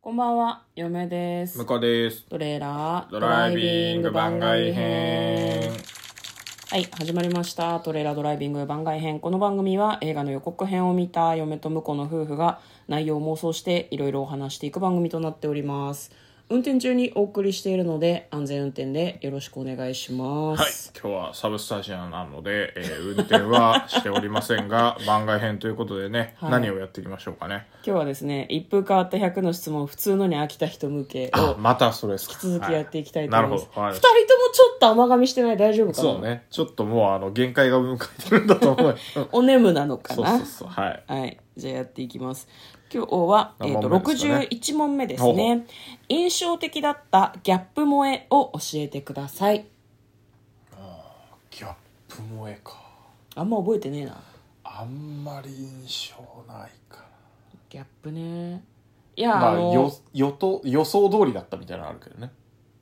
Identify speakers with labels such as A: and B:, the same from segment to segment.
A: こんばんは、嫁です
B: 向。こうです
A: トレーラー
B: ドライビング番外編
A: はい、始まりました。トレーラードライビング番外編。この番組は映画の予告編を見た嫁と婿の夫婦が内容を妄想していろいろお話していく番組となっております。運転中にお送りしているので安全運転でよろしくお願いしま
B: はい
A: す。
B: 今日はサブスタジアなので、えー運転はしておりません が番外編ということでね、
A: はい
B: 何をやっていきましょうかね
A: 今日はですね、一風変わった100の質問、普通のに飽きた人向け
B: あ
A: を
B: またそれですか
A: 続きやっていきたいと
B: は
A: 思います。
B: なるほどわかり
A: 二
B: ま
A: 人
B: し
A: ともちょっと甘噛みしてない大丈夫か
B: た
A: な
B: そうねちょっともうあの限界が迎えてるんだと思うそう
A: おねむな のか
B: そう
A: な
B: そうはい
A: はい。じゃあやっていきます。今日は、え
B: 何
A: ー、と
B: 問目ですかね
A: 61問目です
B: ほうほ
A: ね。印象的だったギャップ萌えを教えてください。
B: ギャップ萌えか
A: あんま覚えてねえな。
B: あんまり印象ないか
A: ギャップね。いや、
B: なま
A: あ
B: あ
A: の
B: よ予と予想通りだったみたいなのあるけどね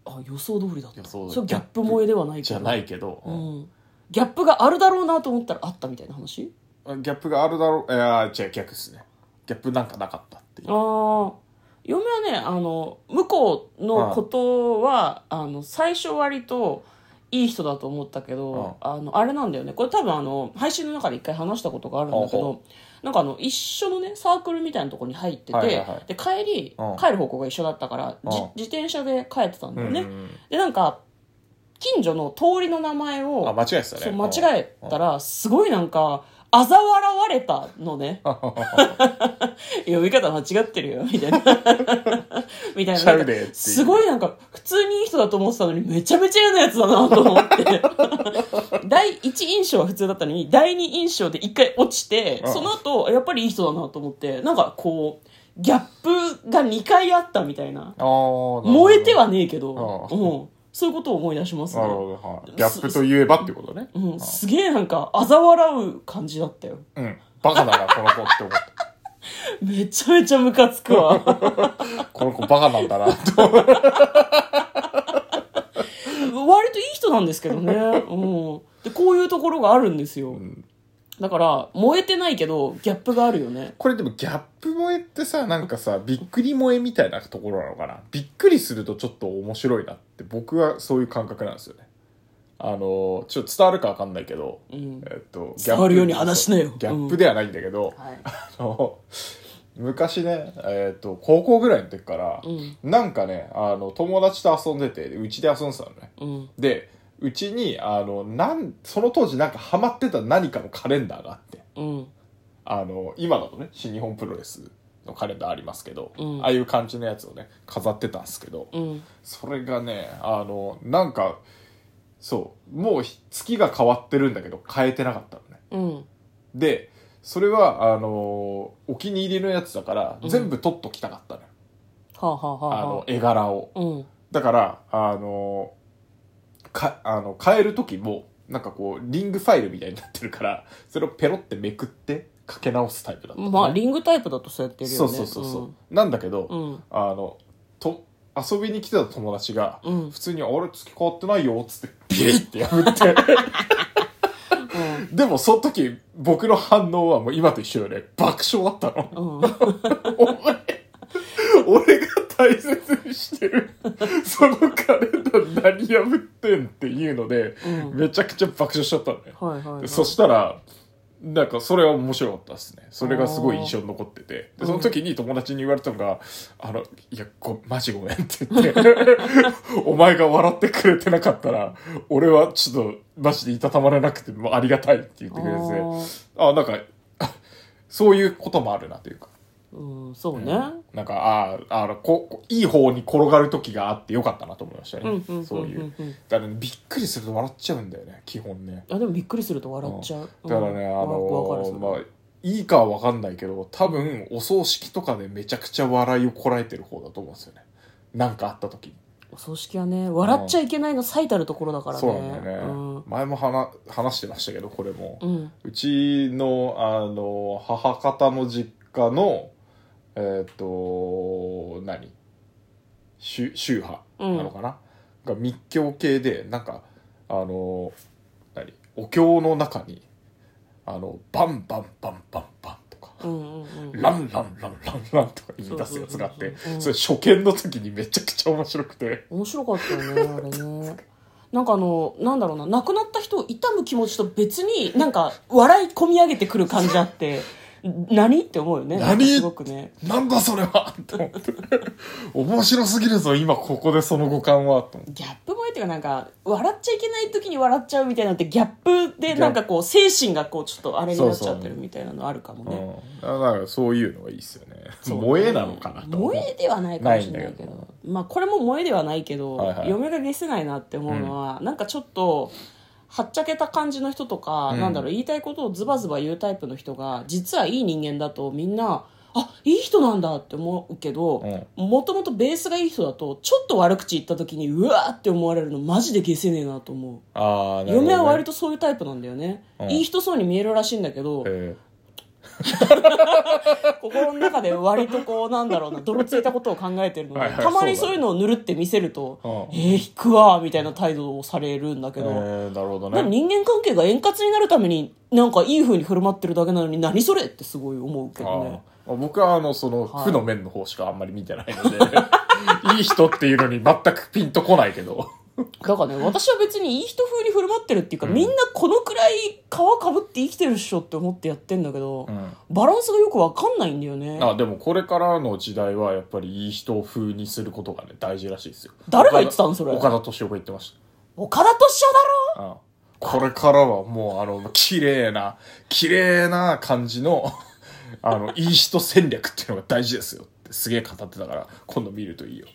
A: あ予想通りだった。
B: 予想
A: それギャップ萌えではないけ
B: じ
A: ど
B: ゃないけど、
A: う
B: うん
A: ん。ギャップがあるだろうなと思ったらあったみたいな話
B: ギャップがあるだろういや違う逆ですねギャップなんかなかったっていう
A: ああ嫁はねあの向こうのことはあの最初割といい人だと思ったけどあのあれなんだよねこれ多分あの配信の中で一回話したことがあるんだけ
B: ほう
A: どなんかあの一緒のねサークルみたいなところに入ってて、
B: はいはいはい
A: で帰り
B: うん
A: 帰る方向が一緒だったからじ
B: うん
A: 自転車で帰ってたんだよね、
B: うんうんうん
A: でなんか近所の通りの名前
B: あ
A: を
B: 間違えてたね
A: そう間違えたらすごいなんか嘲笑われたの ね呼び方間違ってるよみ たいなみたいな
B: ちゃうでっていう
A: すごいなんか普通にいい人だと思ってたのにめちゃめちゃ嫌なやつだなと思って 第一印象は普通だったのに第二印象で一回落ちて
B: うん
A: その後やっぱりいい人だなと思ってなんかこうギャップが2回あったみたいな燃
B: 燃
A: えてはねえけど、
B: う
A: うん、そういうことを思い出します
B: なる
A: ね、
B: ほど、はい、ギャップといえばってことねう
A: うん、すげえなんか嘲笑う感じだったよ
B: んバカだなこの子って思っ
A: めちゃめちゃムカつく わ
B: たこの子バカなんだなって
A: 割といい人なんですけどね、うん、でこういうところがあるんですよ、だから燃えてないけどギャップがあるよね
B: これでもギャップ萌えってさなんかさびっくり萌えみたいなところなのかなびっくりするとちょっと面白いなって僕はそういう感覚なんですよねあのちょっと伝わるかわかんないけど、
A: ん
B: えっと
A: 伝わるように話しなよ
B: ギャップではないんだけど、
A: はい
B: あの昔ね、えっと高校ぐらいの時から、
A: うん
B: なんかねあの友達と遊んでてでうちで遊んでたのね
A: うん
B: でうちにあのなんその当時なんかハマってた何かのカレンダーがあって
A: うん
B: あの今だとね新日本プロレスのカレンダーありますけど、
A: うん
B: ああいう感じのやつをね飾ってたんですけど、
A: うん
B: それがねあのなんかそうもうひ月が変わってるんだけど変えてなかったのね
A: うん
B: でそれはあのお気に入りのやつだから
A: うん
B: 全部取っときたかったのよ、
A: はあ、はあは
B: あ
A: あ
B: の
A: は
B: 絵柄を
A: あ、うん
B: だからあのかあの変える時もなんかこうリングファイルみたいになってるからそれをペロってめくって書け直すタイプだったのね、
A: まあリングタイプだとそうやってるよ
B: そ
A: ね
B: うそうそうそう、なんだけど、
A: うんうん
B: あのと遊びに来てた友達が、
A: うん
B: 普通に「あれ月変わってないよ」っつってビリって破ってでもその時僕の反応はもう今と一緒よね爆笑だったの
A: うん、
B: お前、俺が大切にしてる、そのカレンダー何破ってんっていうので、
A: うん
B: めちゃくちゃ爆笑しちゃったのね。
A: はいはい、はい、
B: でそしたら、なんかそれは面白かったですね。それがすごい印象に残ってて。で、その時に友達に言われたのが、あの、いや、ごマジごめんって言って、 お前が笑ってくれてなかったら、俺はちょっとマジでいたたまれなくて、もうありがたいって言ってくれてて、あ、なんか、そういうこともあるなというか。
A: あーうんそうね、
B: なんか、ああ、あの、こ、こいい方に転がる時があってよかったなと思いましたね。
A: うんうん
B: そうい
A: うん
B: う
A: うんうん。
B: だからね、びっくりすると笑っちゃうんだよね、基本ね。
A: あでもびっくりすると笑っちゃう、
B: だからね、あ
A: うんわかる
B: の
A: それ
B: まあ、いいかはわかんないけど、多分、お葬式とかでめちゃくちゃ笑いをこらえてる方だと思うんですよね。なんかあった時に。
A: お葬式はね笑っちゃいけないの最たるところだからね
B: そうなんだよね。
A: うん
B: 前も話、話してましたけど、これも。
A: うん
B: うちの、あの、母方の実家の、えっ、と、何宗宗派
A: うん
B: なのかな、が密教系で、なんか、あの、何お経の中に、あの、バンバンバンバンバンとか、
A: うんうんうん
B: ランランランランランとか言い出すやつがあって
A: そうそうそうそううん
B: それ初見の時にめちゃくちゃ面白くて
A: 面白かったよねあれねなんかあのなんだろうな亡くなった人を悼む気持ちと別になんか笑い込み上げてくる感じあって 何って思うよねな
B: 何
A: んかすごくね
B: なんだそれはと思って 面白すぎるぞ今ここでその五感はと思って
A: ギャップ萌えっていうかなんか笑っちゃいけない時に笑っちゃうみたいなのってギャップでなんかこう精神がこうちょっとあれになっちゃってるみたいなのあるかもね
B: うん、だからそういうのはいいっすよね
A: そう
B: 萌えなのかなと思う
A: 萌えではないかもしれないけど
B: ないんだ
A: まあこれも萌えではないけど、
B: はいはい
A: 嫁がゲせないなって思うのは、なんかちょっとはっちゃけた感じの人とか、
B: うん
A: なんだろう言いたいことをズバズバ言うタイプの人が実はいい人間だとみんなあいい人なんだって思うけどもともとベースがいい人だとちょっと悪口言った時にうわーって思われるのマジでゲせねえなと思う、
B: ああなるほど、ね、
A: 嫁は割とそういうタイプなんだよね、
B: うん
A: いい人そうに見えるらしいんだけど、
B: え
A: 心の中で割とこうなんだろう な泥ついたことを考えてるので
B: はいはい
A: たまに
B: そ
A: そう
B: うだ
A: い
B: ね
A: うのをぬるって見せると
B: うん
A: 「えー、引くわ」みたいな態度をされるんだけ
B: ー
A: ど、
B: えーなるほど
A: なんか
B: ね
A: 人間関係が円滑になるためになんかいい風に振る舞ってるだけなのに何それってすごい思うけどね
B: あー僕はあのその
A: はい
B: 負の面の方しかあんまり見てないので、 い、い人っていうのに全くピンとこないけど
A: だからね私は別にいい人風に振る舞ってるっていうか、みんなこのくらい皮かぶって生きてるっしょって思ってやってんだけど、
B: ん
A: バランスがよくわかんないんだよね
B: あでもこれからの時代はやっぱりいい人風にすることがね大事らしいですよ
A: 誰が言ってたのそれ
B: 岡田敏夫が言ってまし
A: 岡田斗司夫だろ
B: た、うん、これからはもうあの綺麗な綺麗な感じの あのいい人戦略っていうのが大事ですよってすげえ語ってたから今度見るといいよ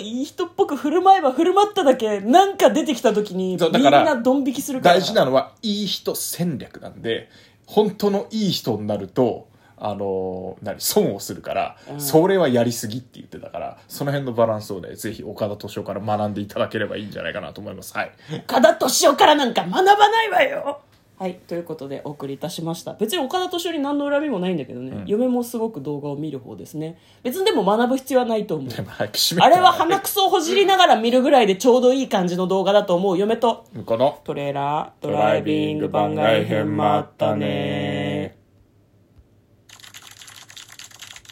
A: いい人っぽく振る舞えば振る舞っただけなんか出てきた時にみん
B: そうだから
A: なドン引きするから
B: 大事なのはいい人戦略なんで本当のいい人になるとあの何損をするから、
A: うん
B: それはやりすぎって言ってたからその辺のバランスをねぜひ岡田斗司夫から学んでいただければいいんじゃないかなと思いますはい
A: 岡田敏夫からなんか学ばないわよはいということでお送りいたしました別に岡田敏夫に何の恨みもないんだけどね、嫁もすごく動画を見る方ですね別にでも学ぶ必要はないと思う
B: でも早く締めて
A: あれは鼻くそをほじりながら見るぐらいでちょうどいい感じの動画だと思う嫁と
B: この
A: トレーラード
B: ド
A: ラ
B: ラ
A: イ
B: イ
A: ビ
B: ビ
A: ン
B: ン
A: グ
B: グ
A: 番
B: 番
A: 外
B: 外
A: 編
B: 編
A: ま
B: ま
A: っ
B: ったた
A: ね
B: ね